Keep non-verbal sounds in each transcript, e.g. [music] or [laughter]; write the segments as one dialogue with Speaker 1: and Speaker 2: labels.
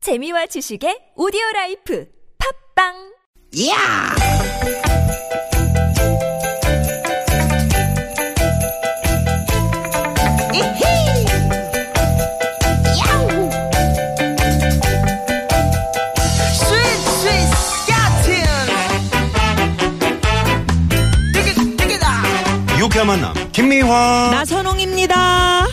Speaker 1: 재미와 지식의 오디오 라이프 팝빵
Speaker 2: 이야! 이히! 야우! 스윗, 스윗, 스카틴! 띠기, 띠기다!
Speaker 3: 유쾌한 만남 김미화
Speaker 4: 나선홍입니다.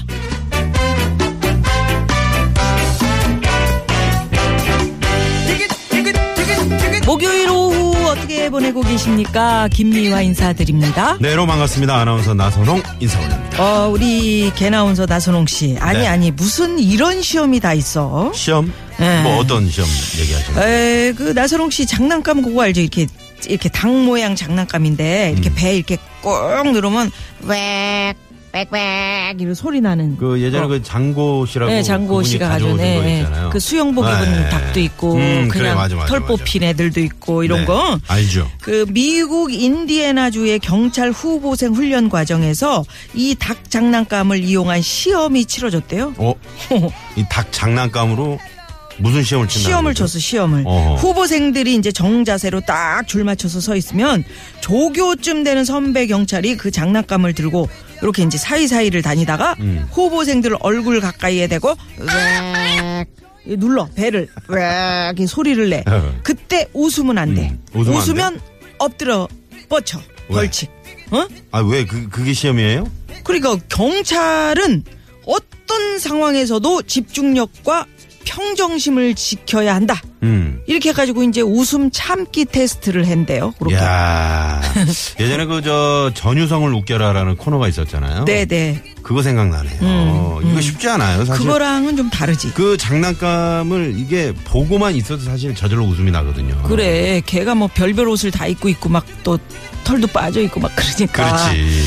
Speaker 2: 띠기, 띠기, 띠기, 띠기.
Speaker 4: 목요일 오후 어떻게 보내고 계십니까? 김미화 인사드립니다.
Speaker 3: 네로 반갑습니다 아나운서 나선홍 인사원입니다
Speaker 4: 어, 우리 개나운서 나선홍 씨. 아니,
Speaker 3: 네.
Speaker 4: 아니, 무슨 이런 시험이 다 있어?
Speaker 3: 시험
Speaker 4: 네.
Speaker 3: 뭐 어떤 시험 얘기하시나요
Speaker 4: 에, 그 나선홍 씨 장난감 그거 알죠? 이렇게, 이렇게 당 모양 장난감인데,
Speaker 3: 음.
Speaker 4: 이렇게 배 이렇게 꾹 누르면, 웩, 빽빽, 이런 소리 나는.
Speaker 3: 그 예전에
Speaker 4: 어.
Speaker 3: 그 장고 씨라고
Speaker 4: 네, 장고
Speaker 3: 그분이
Speaker 4: 씨가
Speaker 3: 가져오신
Speaker 4: 가진
Speaker 3: 거
Speaker 4: 네,
Speaker 3: 있잖아요
Speaker 4: 그 수영복
Speaker 3: 네.
Speaker 4: 입은 닭도 있고
Speaker 3: 음, 그래,
Speaker 4: 그냥
Speaker 3: 맞아, 맞아,
Speaker 4: 털
Speaker 3: 맞아.
Speaker 4: 뽑힌 애들도 있고 이런
Speaker 3: 네.
Speaker 4: 거
Speaker 3: 알죠
Speaker 4: 그 미국 인디애나주의 경찰 후보생 훈련 과정에서 이 닭 장난감을 이용한 시험이 치러졌대요. [laughs]
Speaker 3: 어? 이 닭 장난감으로 무슨 시험을 친다
Speaker 4: 시험을 쳤어 시험을
Speaker 3: 어허.
Speaker 4: 후보생들이 이제 정자세로 딱 줄 맞춰서 서 있으면 조교쯤 되는 선배 경찰이 그 장난감을 들고 이렇게 이제 사이사이를 다니다가
Speaker 3: 음.
Speaker 4: 후보생들 얼굴 가까이에 대고 으악 눌러 배를 으악 이 소리를 내
Speaker 3: 어.
Speaker 4: 그때 웃으면 안돼
Speaker 3: 음, 웃으면 안 돼?
Speaker 4: 웃으면 엎드려 뻗쳐
Speaker 3: 왜?
Speaker 4: 벌칙 어?
Speaker 3: 아왜 그, 그게 시험이에요?
Speaker 4: 그러니까 경찰은 어떤 상황에서도 집중력과 평정심을 지켜야 한다.
Speaker 3: 음.
Speaker 4: 이렇게 해가지고 이제 웃음 참기 테스트를 했대요. 그렇게.
Speaker 3: 야 예전에 그 저 전유성을 웃겨라라는 코너가 있었잖아요.
Speaker 4: 네네. 음,
Speaker 3: 그거 생각나네요. 어, 이거 쉽지 않아요. 사실
Speaker 4: 그거랑은 좀 다르지.
Speaker 3: 그 장난감을 이게 보고만 있어도 사실 저절로 웃음이 나거든요.
Speaker 4: 그, 래 걔가 뭐 별별 옷을 다 입고 있고 막 또 털도 빠져 있고 막 그러니까.
Speaker 3: 그렇지.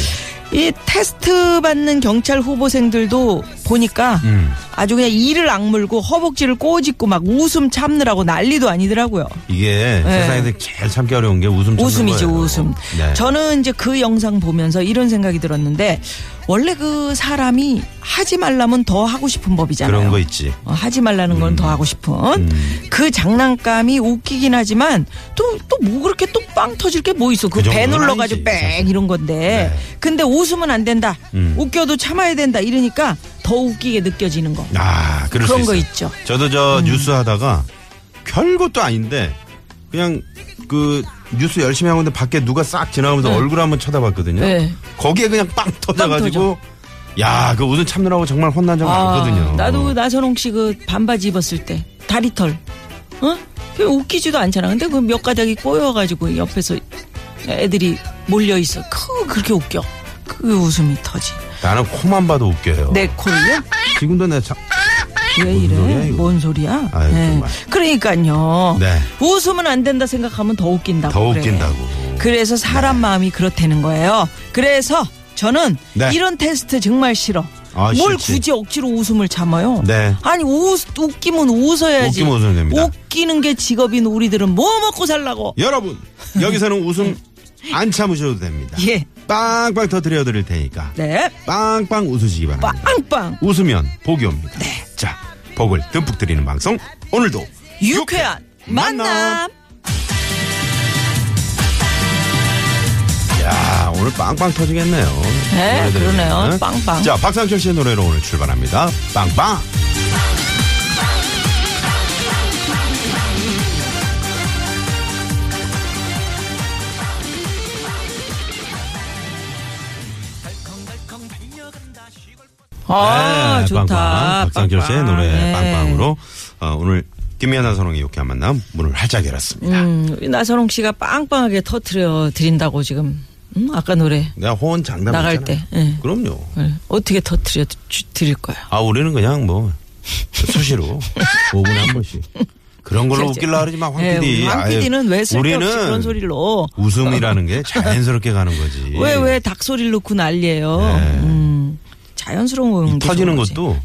Speaker 4: 이 테스트 받는 경찰 후보생들도 보니까
Speaker 3: 음.
Speaker 4: 아주 그냥 이를 악물고 허벅지를 꼬집고 막 웃음 참느라고 난리도 아니더라고요.
Speaker 3: 이게 세상에서 제일 참기 어려운 게 웃음 참는
Speaker 4: 네. 웃음이죠,
Speaker 3: 거예요.
Speaker 4: 웃음.
Speaker 3: 네.
Speaker 4: 저는 이제 그 영상 보면서 이런 생각이 들었는데 원래 그 사람이 하지 말라면 더 하고 싶은 법이잖아요.
Speaker 3: 그런 거 있지.
Speaker 4: 어, 하지 말라는 건
Speaker 3: 음.
Speaker 4: 더 하고 싶은 그 장난감이 웃기긴 하지만 또 또 뭐 그렇게 또 빵 터질 게 뭐 있어
Speaker 3: 그
Speaker 4: 그 배
Speaker 3: 정도는
Speaker 4: 눌러가지고
Speaker 3: 아니지,
Speaker 4: 뺑
Speaker 3: 사실.
Speaker 4: 이런 건데
Speaker 3: 네.
Speaker 4: 근데 웃으면 안 된다
Speaker 3: 음.
Speaker 4: 웃겨도 참아야 된다 이러니까 더 웃기게 느껴지는 거
Speaker 3: 아, 그럴
Speaker 4: 그런
Speaker 3: 수
Speaker 4: 거
Speaker 3: 있어요.
Speaker 4: 있죠. 음.
Speaker 3: 저도 저 뉴스 하다가 별것도 아닌데 그냥 그 뉴스 열심히 하고 있는데 밖에 누가 싹 지나가면서 얼굴 한번 쳐다봤거든요.
Speaker 4: 네.
Speaker 3: 거기에 그냥 빵 터져가지고 야, 그 웃음 참느라고 정말 혼난 적 많거든요.
Speaker 4: 아, 나도 나선홍 씨 그 반바지 입었을 때 다리털, 어? 그 웃기지도 않잖아. 근데 그 몇 가닥이 꼬여가지고 옆에서 애들이 몰려 있어. 크 그렇게 웃겨. 그 웃음이 터지.
Speaker 3: 나는 코만 봐도 웃겨요.
Speaker 4: 내 코를요?
Speaker 3: 지금도 내 참.
Speaker 4: 왜
Speaker 3: 무슨
Speaker 4: 이래?
Speaker 3: 소리야, 이거?
Speaker 4: 뭔 소리야? 네.
Speaker 3: 아유, 정말.
Speaker 4: 그러니까요.
Speaker 3: 네.
Speaker 4: 웃으면 안 된다 생각하면 더 웃긴다고.
Speaker 3: 더
Speaker 4: 아, 그래.
Speaker 3: 웃긴다고.
Speaker 4: 그래서 사람 마음이 그렇다는 거예요. 그래서 저는
Speaker 3: 네.
Speaker 4: 이런 테스트 정말 싫어.
Speaker 3: 아,
Speaker 4: 뭘
Speaker 3: 싫지.
Speaker 4: 굳이 억지로 웃음을 참아요?
Speaker 3: 네.
Speaker 4: 아니 웃, 웃기면 웃어야지.
Speaker 3: 웃기면 웃으면 됩니다. 예.
Speaker 4: 웃기는 게 직업인 우리들은 뭐 먹고 살라고?
Speaker 3: 여러분 여기서는
Speaker 4: [laughs]
Speaker 3: 웃음 안 참으셔도 됩니다.
Speaker 4: 예.
Speaker 3: 빵빵 터뜨려 드릴 테니까
Speaker 4: 네.
Speaker 3: 빵빵 웃으시기 바랍니다.
Speaker 4: 빵빵 네.
Speaker 3: 웃으면 복이 옵니다. 자 복을 듬뿍 드리는 방송 오늘도
Speaker 4: 유쾌한 만남.
Speaker 3: 야 오늘 빵빵 터지겠네요.
Speaker 4: 네,
Speaker 3: 노래들이.
Speaker 4: 그러네요.
Speaker 3: 응?
Speaker 4: 빵빵.
Speaker 3: 자 박상철 씨의 노래로 오늘 출발합니다. 빵빵.
Speaker 4: 아
Speaker 3: 네,
Speaker 4: 좋다.
Speaker 3: 빵빵. 박상철 씨의
Speaker 4: 빵빵.
Speaker 3: 노래
Speaker 4: 네.
Speaker 3: 빵빵으로 어, 오늘 김미아나 선홍의 유쾌한 만남 문을 활짝 열었습니다.
Speaker 4: 음, 우리 나선홍 씨가 빵빵하게 터트려 드린다고 지금 음, 아까 노래
Speaker 3: 내가 호언 장담
Speaker 4: 나갈
Speaker 3: 했잖아.
Speaker 4: 때, 예.
Speaker 3: 그럼요.
Speaker 4: 네. 어떻게 터트려 드릴 거야?
Speaker 3: 아 우리는 그냥 뭐 수시로 5분에 한 번씩 그런 걸로
Speaker 4: 그렇죠.
Speaker 3: 웃길라 그러지 마황
Speaker 4: 예,
Speaker 3: PD.
Speaker 4: 우리 황
Speaker 3: 아유,
Speaker 4: PD는 왜 쓸데없이 그런 소리로
Speaker 3: 웃음이라는 게 자연스럽게 가는 거지.
Speaker 4: 왜 왜 닭소리를 놓고 난리예요?
Speaker 3: 예. 네.
Speaker 4: 음, 자연스러운
Speaker 3: 이
Speaker 4: 게
Speaker 3: 터지는
Speaker 4: 좋은 거지.
Speaker 3: 것도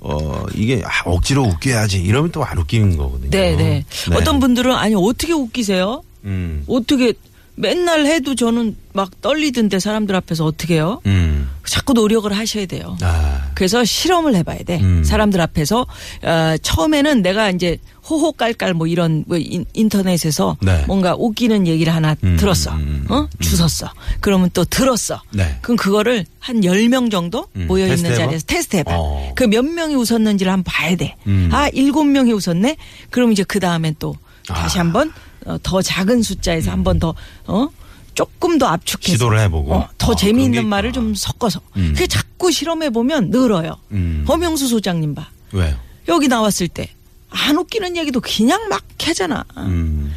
Speaker 3: 어 이게 아, 억지로 웃겨야지 이러면 또 안 웃기는 거거든요.
Speaker 4: 네, 네.
Speaker 3: 어. 네.
Speaker 4: 어떤 분들은 아니 어떻게 웃기세요?
Speaker 3: 음.
Speaker 4: 어떻게 맨날 해도 저는 막 떨리던데 사람들 앞에서 어떻게 해요?
Speaker 3: 음.
Speaker 4: 자꾸 노력을 하셔야 돼요.
Speaker 3: 아.
Speaker 4: 그래서 실험을 해봐야 돼.
Speaker 3: 음.
Speaker 4: 사람들 앞에서 어, 처음에는 내가 이제 호호깔깔 뭐 이런 뭐 인, 터넷에서
Speaker 3: 네.
Speaker 4: 뭔가 웃기는 얘기를 하나
Speaker 3: 음,
Speaker 4: 들었어.
Speaker 3: 음, 음,
Speaker 4: 어? 주웠어. 그러면 또 들었어.
Speaker 3: 네.
Speaker 4: 그럼 그거를 한 10명 정도
Speaker 3: 음,
Speaker 4: 모여 있는
Speaker 3: 테스트해봐?
Speaker 4: 자리에서 테스트 해봐.
Speaker 3: 어.
Speaker 4: 그 몇 명이 웃었는지를 한번 봐야 돼.
Speaker 3: 음.
Speaker 4: 아, 7명이 웃었네. 그럼 이제 그 다음엔 또 다시
Speaker 3: 아.
Speaker 4: 한번 어, 더 작은 숫자에서 한번 더 어? 조금 더 압축해서
Speaker 3: 시도를 해보고.
Speaker 4: 어, 더
Speaker 3: 아, 그런 게
Speaker 4: 재미있는
Speaker 3: 있구나.
Speaker 4: 말을 좀 섞어서
Speaker 3: 음.
Speaker 4: 그게 자꾸 실험해 보면 늘어요.
Speaker 3: 음.
Speaker 4: 엄영수 소장님 봐
Speaker 3: 왜요?
Speaker 4: 여기 나왔을 때 안 웃기는 얘기도 그냥 막 하잖아.
Speaker 3: 음.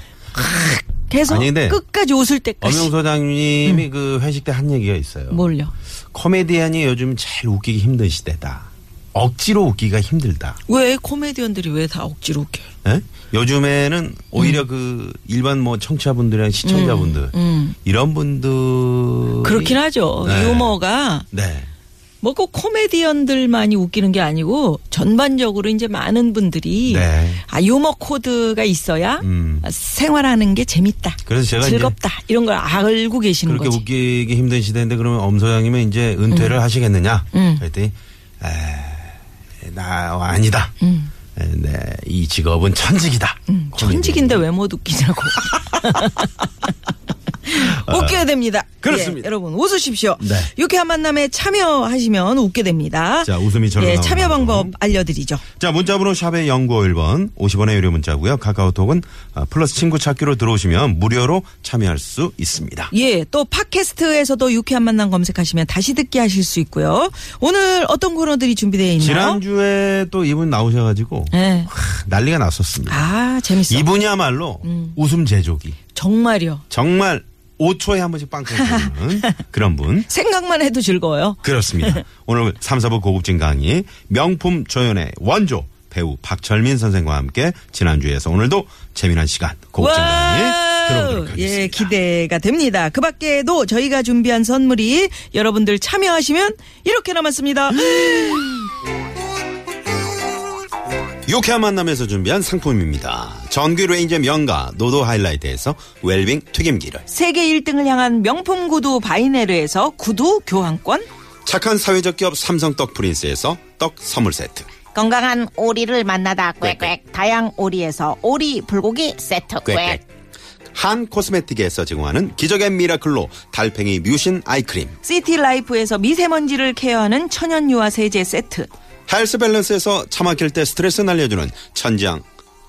Speaker 4: 그래서
Speaker 3: 아니, 근데
Speaker 4: 끝까지 웃을 때까지 [laughs]
Speaker 3: 엄영 소장님이 그 회식 때 한 얘기가 있어요.
Speaker 4: 음. 뭘요?
Speaker 3: 코미디언이 요즘 제일 웃기기 힘든 시대다. 억지로 웃기가 힘들다.
Speaker 4: 왜 코미디언들이 왜 다 억지로 웃겨?
Speaker 3: 예? 요즘에는 오히려 그 일반 뭐 청취자분들이랑 시청자분들
Speaker 4: 음.
Speaker 3: 이런 분들
Speaker 4: 그렇긴 하죠.
Speaker 3: 네.
Speaker 4: 유머가
Speaker 3: 네.
Speaker 4: 뭐 꼭 코미디언들만이 웃기는 게 아니고 전반적으로 이제 많은 분들이
Speaker 3: 네.
Speaker 4: 아 유머 코드가 있어야
Speaker 3: 음.
Speaker 4: 생활하는 게 재밌다.
Speaker 3: 그래서 제가 이제
Speaker 4: 즐겁다 이런 걸 알고 계시는
Speaker 3: 그렇게
Speaker 4: 거지.
Speaker 3: 웃기기 힘든 시대인데 그러면 엄소장님은 이제 은퇴를 하시겠느냐?
Speaker 4: 음.
Speaker 3: 그랬더니 에, 나 어, 아니다. 에, 네, 이 직업은 천직이다. 코미디언이.
Speaker 4: 음. 천직인데 왜
Speaker 3: [laughs]
Speaker 4: 못 웃기냐고. 웃겨야 됩니다.
Speaker 3: 아, 그렇습니다.
Speaker 4: 예, 여러분 웃으십시오.
Speaker 3: 네.
Speaker 4: 유쾌한 만남에 참여하시면 웃게 됩니다.
Speaker 3: 자, 웃음이 절로
Speaker 4: 예,
Speaker 3: 나오는
Speaker 4: 참여 방법
Speaker 3: 방법.
Speaker 4: 알려드리죠.
Speaker 3: 자, 문자번호 샵의 0951번 50원의 유료 문자고요. 카카오톡은 아, 플러스 친구 찾기로 들어오시면 무료로 참여할 수 있습니다.
Speaker 4: 예, 또 팟캐스트에서도 유쾌한 만남 검색하시면 다시 듣기 하실 수 있고요. 오늘 어떤 코너들이 준비되어 있나요?
Speaker 3: 지난주에 또 이분 나오셔가지고
Speaker 4: 예.
Speaker 3: 크, 난리가 났었습니다.
Speaker 4: 아, 재밌어.
Speaker 3: 이분이야말로 웃음 제조기.
Speaker 4: 정말요.
Speaker 3: 정말 5초에 한 번씩 빵
Speaker 4: [laughs]
Speaker 3: 터지는 그런 분.
Speaker 4: 생각만 해도 즐거워요.
Speaker 3: 그렇습니다. 오늘 3, 4부 고급진 강의 명품 조연의 원조 배우 박철민 선생과 함께 지난주에서 오늘도 재미난 시간 고급진 강의 들어보도록
Speaker 4: 와우!
Speaker 3: 하겠습니다.
Speaker 4: 예, 기대가 됩니다. 그 밖에도 저희가 준비한 선물이 여러분들 참여하시면 이렇게 남았습니다.
Speaker 3: 음. 유쾌한 만남에서 준비한 상품입니다. 전기 레인저 명가 노도 하이라이트에서 웰빙 튀김기를
Speaker 4: 세계 1등을 향한 명품 구두 바이네르에서 구두 교환권,
Speaker 3: 착한 사회적 기업 삼성 떡 프린스에서 떡 선물 세트
Speaker 5: 건강한 오리를 만나다 꽥꽥 다양 오리에서 오리 불고기 세트 꽥꽥
Speaker 3: 꽥꽥 한 코스메틱에서 제공하는 기적의 미라클로 달팽이 뮤신 아이크림
Speaker 4: 시티 라이프에서 미세먼지를 케어하는 천연 유화 세제 세트,
Speaker 3: 헬스 밸런스에서 차 막힐 때 스트레스 날려주는 천지향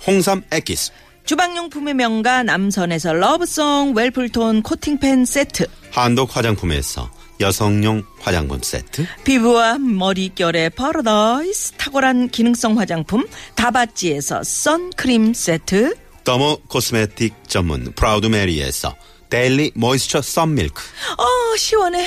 Speaker 3: 홍삼 액기스
Speaker 4: 주방용품의 명가 남선에서 러브송 웰플톤 코팅팬 세트,
Speaker 3: 한독 화장품에서 여성용 화장품 세트
Speaker 4: 피부와 머릿결의 파라다이스 탁월한 기능성 화장품 다바찌에서 선크림 세트,
Speaker 3: 더모 코스메틱 전문 프라우드 메리에서 데일리 모이스처 썬밀크
Speaker 4: 어, 시원해.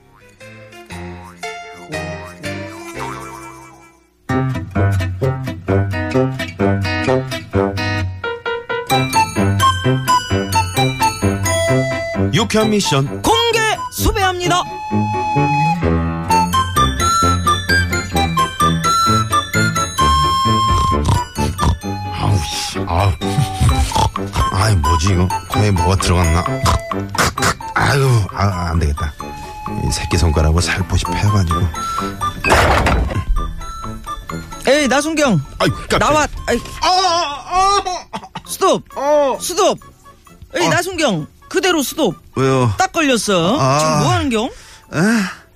Speaker 3: 유쾌한 미션
Speaker 4: 공개 수배합니다.
Speaker 3: 아우 씨 아우 아이 뭐지 이거 코에 뭐가 들어갔나 아유 아, 안 되겠다 이 새끼 손가락으로 살포시 패가지고
Speaker 4: 에이, 나순경.
Speaker 3: 아이
Speaker 4: 나와. 아이,
Speaker 3: 아아아 뭐.
Speaker 4: 스톱.
Speaker 3: 어.
Speaker 4: 스톱. 에이, 나순경. 그대로 스톱.
Speaker 3: 왜요
Speaker 4: 딱 걸렸어.
Speaker 3: 아.
Speaker 4: 지금 뭐 하는 경?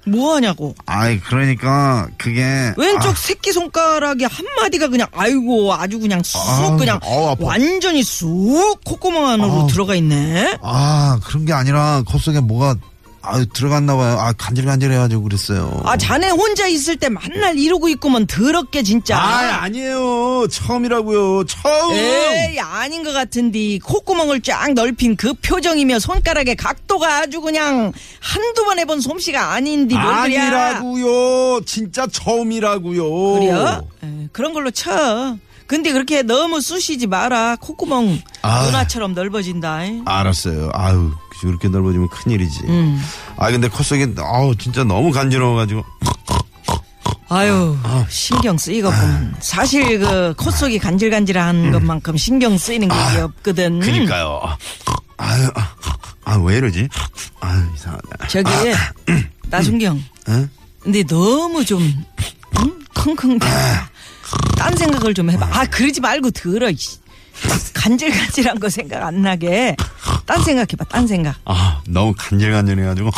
Speaker 4: 뭐 하냐고.
Speaker 3: 아이 그러니까 그게
Speaker 4: 왼쪽 새끼 손가락이 한 마디가 그냥 아이고 아주 그냥 쑥
Speaker 6: 아우,
Speaker 4: 그냥
Speaker 6: 아우, 아파.
Speaker 4: 완전히 쑥 콧구멍 안으로
Speaker 6: 아우.
Speaker 4: 들어가 있네.
Speaker 6: 아 그런 게 아니라 코 속에 뭐가
Speaker 3: 아유 들어갔나 봐요. 아 간질간질해가지고 그랬어요.
Speaker 4: 아 자네 혼자 있을 때 맨날 이러고 있구먼 더럽게 진짜.
Speaker 3: 아, 니에요 처음이라고요. 처음.
Speaker 4: 에이 아닌 것 같은데 콧구멍을 쫙 넓힌 그 표정이며 손가락의 각도가 아주 그냥 한두 번 해본 솜씨가 아닌디 뭔 소리야.
Speaker 3: 아니라고요. 진짜 처음이라고요.
Speaker 4: 그래요? 에, 예, 그런 걸로 쳐 근데 그렇게 너무 쑤시지 마라 콧구멍
Speaker 3: 아.
Speaker 4: 누나처럼 넓어진다 잉?
Speaker 3: 알았어요. 아유 그렇게 넓어지면 큰일이지.
Speaker 4: 음.
Speaker 3: 아 근데 코 속에 아우 진짜 너무 간지러워가지고
Speaker 4: 음. 아유 신경
Speaker 3: 아.
Speaker 4: 쓰이겠구만 사실 그 콧 속이 간질간질한 것만큼 신경 쓰이는 게 이게
Speaker 3: 음.
Speaker 4: 없거든
Speaker 3: 아. 그니까요. 아유 아왜 이러지? 아유 음. 어? 이상하다.
Speaker 4: 저기 나순경
Speaker 3: 응?
Speaker 4: 근데 너무 좀 응? 킁킁대
Speaker 3: 아.
Speaker 4: 딴 생각을 좀 해봐 아 그러지 말고 들어 이씨. 간질간질한 거 생각 안 나게 딴 생각해봐 딴 생각
Speaker 3: 아 너무 간질간질해가지고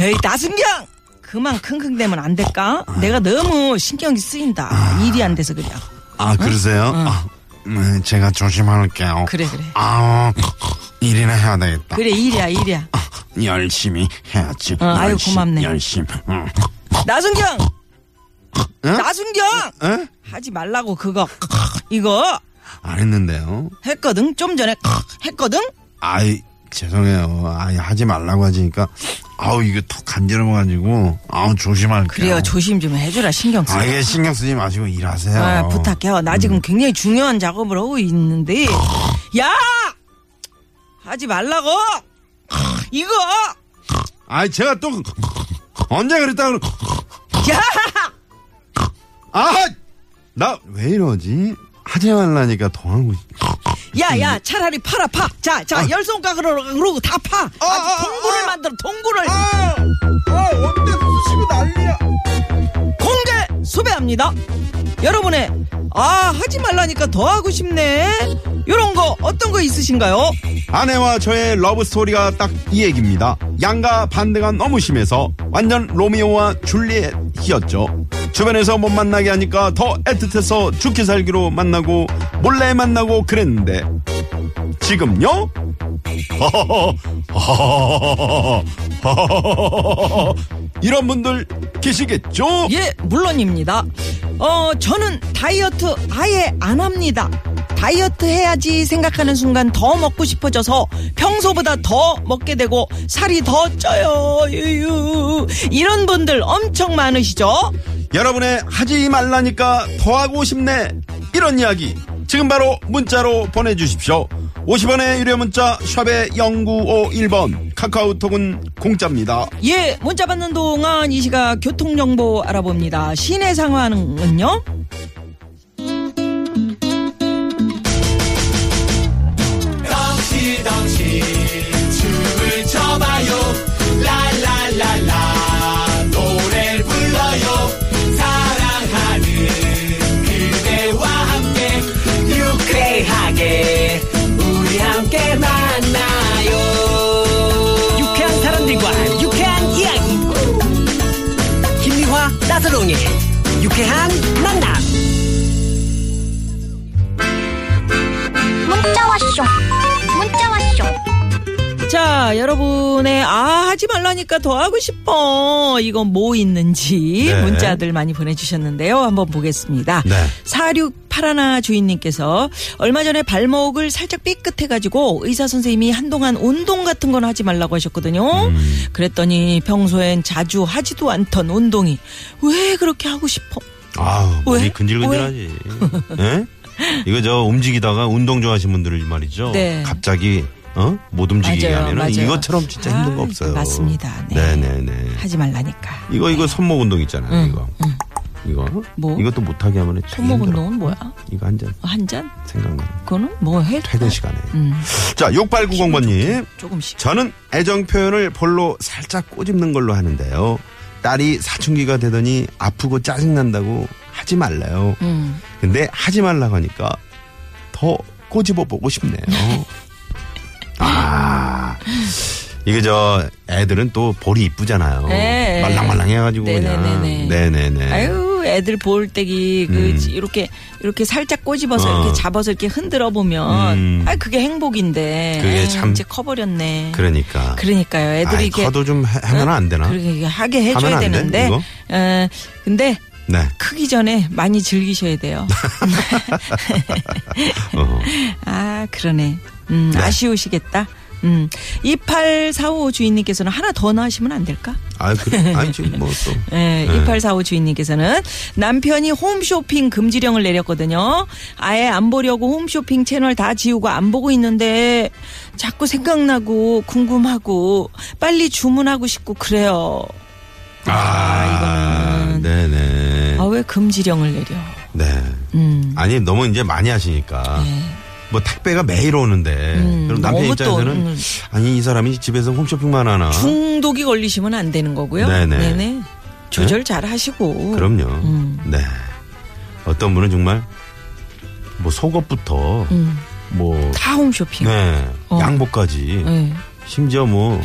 Speaker 4: 에이 나순경 그만 킁킁대면 안 될까? 내가 너무 신경이 쓰인다 일이 안 돼서 그냥
Speaker 3: 아 그러세요? 아, 음, 제가 조심할게요.
Speaker 4: 그래, 그래.
Speaker 3: 아 일이나 해야 되겠다. 아,
Speaker 4: 그래 일이야 일이야
Speaker 3: 열심히 해야지.
Speaker 4: 어, 아유,
Speaker 3: 열심,
Speaker 4: 고맙네.
Speaker 3: 열심. 응.
Speaker 4: 나순경 나순경
Speaker 3: 응?
Speaker 4: 하지 말라고 그거 이거
Speaker 3: 안 아, 했는데요.
Speaker 4: 했거든 좀 전에 했거든
Speaker 3: 아이 죄송해요. 아이 하지 말라고 하시니까 아우 이거 턱 간지러워가지고 아우 조심할게요.
Speaker 4: 그래요 조심 좀 해주라 신경 쓰
Speaker 3: 아 이게 신경 쓰지 마시고 일하세요.
Speaker 4: 아, 부탁해요. 나 지금 굉장히 중요한 작업을 하고 있는데. 야! 하지 말라고! 이거!
Speaker 3: 아이 제가 또 언제 그랬다 그러. 아,
Speaker 4: 야!
Speaker 3: 아나 왜 이러지? 하지 말라니까 더 하고. 싶-
Speaker 4: 야, 야, 차라리 팔아, 파! 자, 자, 열손가락으로 그러고 다 파! 아주 동굴을 어. 만들어, 동굴을! 공개 수배합니다. 여러분의, 아, 하지 말라니까 더 하고 싶네. 요런 거, 어떤 거 있으신가요?
Speaker 3: 아내와 저의 러브 스토리가 딱 이 얘기입니다. 양가 반대가 너무 심해서 완전 로미오와 줄리엣이었죠. 주변에서 못 만나게 하니까 더 애틋해서 죽기 살기로 만나고 몰래 만나고 그랬는데 지금요? [laughs] 이런 분들 계시겠죠?
Speaker 4: 예, 물론입니다. 어, 저는 다이어트 아예 안 합니다. 다이어트 해야지 생각하는 순간 더 먹고 싶어져서 평소보다 더 먹게 되고 살이 더 쪄요. 유유. 이런 분들 엄청 많으시죠?
Speaker 3: 여러분의 하지 말라니까 더 하고 싶네 이런 이야기 지금 바로 문자로 보내주십시오 50원의 유료 문자 샵의 0951번 카카오톡은 공짜입니다
Speaker 4: 예, 문자 받는 동안 이 시각 교통정보 알아봅니다. 시내 상황은요?
Speaker 6: 유쾌하게 우리 함께 만나요 유쾌한 사람들과 유쾌한 이야기 김미화 나서롱의 유쾌한 만남
Speaker 7: 문자 왔쇼 문자 왔쇼
Speaker 4: 자, 여러분의 아 하지 말라니까 더 하고 싶어. 이건 뭐 있는지
Speaker 3: 네.
Speaker 4: 문자들 많이 보내주셨는데요. 한번 보겠습니다.
Speaker 3: 네.
Speaker 4: 4681 주인님께서 얼마 전에 발목을 살짝 삐끗해가지고 의사 선생님이 한동안 운동 같은 건 하지 말라고 하셨거든요.
Speaker 8: 음.
Speaker 4: 그랬더니 평소엔 자주 하지도 않던 운동이 왜 그렇게 하고 싶어?
Speaker 8: 아우,
Speaker 4: 왜?
Speaker 8: 이 근질근질하지. [laughs] 예? 이거 저 움직이다가 운동 좋아하시는 분들 말이죠.
Speaker 4: 네.
Speaker 8: 갑자기 어? 못 움직이게
Speaker 4: 맞아요,
Speaker 8: 하면은
Speaker 4: 맞아요.
Speaker 8: 이것처럼 진짜 힘든 거
Speaker 4: 아,
Speaker 8: 없어요.
Speaker 4: 맞습니다. 네.
Speaker 8: 네, 네, 네.
Speaker 4: 하지 말라니까.
Speaker 8: 이거 이거 손목 운동 있잖아요. 이거. 이거.
Speaker 4: 뭐?
Speaker 8: 이것도 못 하게 하면은 되게
Speaker 4: 손목
Speaker 8: 힘들어.
Speaker 4: 운동은 뭐야?
Speaker 8: 이거 한 잔
Speaker 4: 한 잔?
Speaker 8: 생각나.
Speaker 4: 그거는 뭐 해?
Speaker 8: 퇴근 시간에.
Speaker 4: 음.
Speaker 8: 자, 6890번 님.
Speaker 4: 조금씩.
Speaker 8: 저는 애정 표현을 볼로 살짝 꼬집는 걸로 하는데요. 딸이 사춘기가 되더니 아프고 짜증난다고 하지 말래요.
Speaker 4: 음.
Speaker 8: 근데 하지 말라고 하니까 더 꼬집어 보고
Speaker 4: [laughs]
Speaker 8: 싶네요. 아. 이게 저 애들은 또 볼이 이쁘잖아요.
Speaker 4: 네.
Speaker 8: 말랑말랑해가지고 그냥.
Speaker 4: 네네네네.
Speaker 8: 네네네.
Speaker 4: 아유 아유 애들 볼 때기 그 이렇게 이렇게 살짝 꼬집어서
Speaker 3: 음. 어.
Speaker 4: 이렇게 잡아서 이렇게 흔들어 보면
Speaker 3: 음.
Speaker 4: 아 그게 행복인데
Speaker 3: 그게
Speaker 4: 아유,
Speaker 3: 참-
Speaker 4: 이제 커버렸네.
Speaker 3: 그러니까.
Speaker 4: 그러니까요. 애들이
Speaker 3: 아이,
Speaker 4: 이렇게 어,
Speaker 3: 커도 좀 하- 하면 안 되나?
Speaker 4: 그렇게 하게
Speaker 3: 하면
Speaker 4: 해줘야
Speaker 3: 안 돼,
Speaker 4: 되는데,
Speaker 3: 이거?
Speaker 4: 어, 근데
Speaker 3: 네.
Speaker 4: 크기 전에 많이 즐기셔야
Speaker 3: [laughs]
Speaker 4: 돼요.
Speaker 3: 어.
Speaker 4: 아, 그러네. 음, 아쉬우시겠다. 음, 2845 주인님께서는 하나 더 나으시면 안 될까?
Speaker 3: 아,
Speaker 4: [laughs]
Speaker 3: 그래. 아니, 지금 뭐 또.
Speaker 4: 예, 2845 주인님께서는 남편이 홈쇼핑 금지령을 내렸거든요. 아예 안 보려고 홈쇼핑 채널 다 지우고 안 보고 있는데 자꾸 생각나고 궁금하고 빨리 주문하고 싶고 그래요.
Speaker 3: 아,
Speaker 4: 이거는.
Speaker 3: 네네.
Speaker 4: 아, 왜 금지령을 내려?
Speaker 3: 네.
Speaker 4: 음. 네.
Speaker 3: 아니, 너무 이제 많이 하시니까. 뭐 택배가 매일 오는데.
Speaker 4: 음,
Speaker 3: 그럼 남편
Speaker 4: 너무 또,
Speaker 3: 입장에서는
Speaker 4: 음.
Speaker 3: 아니, 이 사람이 집에서 홈쇼핑만 하나.
Speaker 4: 중독이 걸리시면 안 되는 거고요.
Speaker 3: 아? 네네.
Speaker 4: 네 조절 잘 하시고.
Speaker 3: 그럼요.
Speaker 4: 음.
Speaker 3: 네. 어떤 분은 정말 뭐 속옷부터
Speaker 4: 음.
Speaker 3: 뭐
Speaker 4: 다 홈쇼핑.
Speaker 3: 네.
Speaker 4: 어.
Speaker 3: 양복까지
Speaker 4: 예.
Speaker 3: 심지어 뭐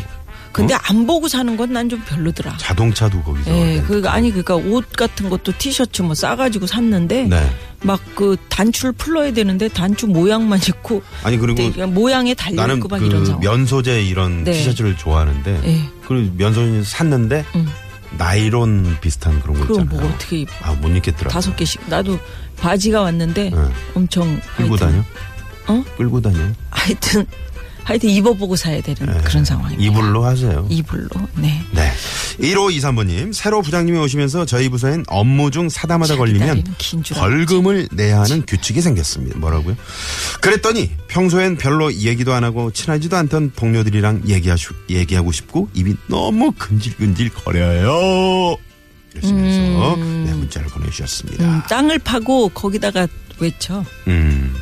Speaker 4: 근데 안 보고 사는 건 난 좀 별로더라.
Speaker 3: 자동차도 거기서
Speaker 4: 예,
Speaker 3: 렌트.
Speaker 4: 그, 아니, 그니까 옷 같은 것도 티셔츠 뭐 싸가지고 샀는데,
Speaker 3: 네.
Speaker 4: 막 그 단추를 풀러야 되는데, 단추 모양만 있고,
Speaker 3: 아니 그리고
Speaker 4: 근데 모양에
Speaker 3: 나는
Speaker 4: 달려있고 막 예, 이런
Speaker 3: 그
Speaker 4: 상황.
Speaker 3: 면소재 이런
Speaker 4: 네.
Speaker 3: 티셔츠를 좋아하는데
Speaker 4: 예.
Speaker 3: 그 면소재 샀는데
Speaker 4: 음.
Speaker 3: 나이론 비슷한 그런 거
Speaker 4: 그럼
Speaker 3: 있잖아요.
Speaker 4: 뭐 어떻게 입어?
Speaker 3: 아 못 입겠더라.
Speaker 4: 다섯 개씩. 나도 바지가 왔는데,
Speaker 3: 네.
Speaker 4: 엄청.
Speaker 3: 끌고
Speaker 4: 하여튼-
Speaker 3: 다녀.
Speaker 4: 어?
Speaker 3: 끌고 다녀.
Speaker 4: 하여튼, 하여튼 입어보고 사야 되는
Speaker 3: 네.
Speaker 4: 그런 상황이에요.
Speaker 3: 이불로 하세요.
Speaker 4: 이불로. 네.
Speaker 3: 네. 1523번님, 새로 부장님이 오시면서 저희 부서엔 업무 중 사담하다 걸리면
Speaker 4: 기다리는 긴줄
Speaker 3: 벌금을 내야 하는 규칙이 생겼습니다. 뭐라고요? 그랬더니 평소엔 별로 얘기도 안 하고 친하지도 않던 동료들이랑 얘기하시, 얘기하고 싶고 입이 너무 근질근질 거려요. 이러시면서 네, 문자를
Speaker 4: 음,
Speaker 3: 보내주셨습니다.
Speaker 4: 땅을 파고 거기다가 외쳐.
Speaker 3: 음.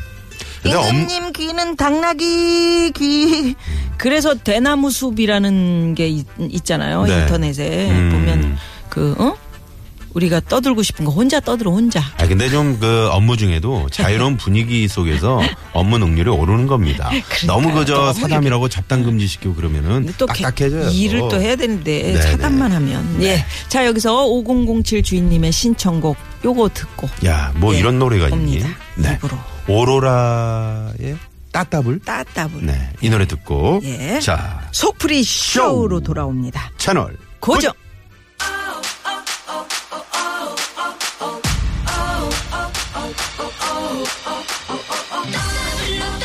Speaker 3: 근데 엄,
Speaker 4: 임금님 귀는 당나귀 귀. 그래서 대나무 숲이라는 게 있, 잖아요
Speaker 3: 네.
Speaker 4: 인터넷에
Speaker 3: 음.
Speaker 4: 보면 그 어? 우리가 떠들고 싶은 거 혼자 떠들어 혼자.
Speaker 3: 아, 근데 좀 그 업무 중에도
Speaker 4: [laughs]
Speaker 3: 자유로운 분위기 속에서 업무 능률이 오르는 겁니다. 너무 그저
Speaker 4: 너무
Speaker 3: 사담이라고 잡단금지 시키고 그러면은
Speaker 4: 근데 또 개-
Speaker 3: 딱딱해져요.
Speaker 4: 일을 또 해야 되는데
Speaker 3: 네,
Speaker 4: 차단만 하면. 예. 자 여기서 5007 주인님의 신청곡 요거 듣고
Speaker 3: 야, 뭐
Speaker 4: 예,
Speaker 3: 이런 노래가 있니?
Speaker 4: 옵니다.
Speaker 3: 네.
Speaker 4: 입으로
Speaker 3: 오로라의 따따블.
Speaker 4: 따따블.
Speaker 3: 네. 이 노래 듣고.
Speaker 4: 예.
Speaker 3: 자,
Speaker 4: 속풀이 쇼로 돌아옵니다.
Speaker 3: 채널.
Speaker 4: 고정.
Speaker 9: 더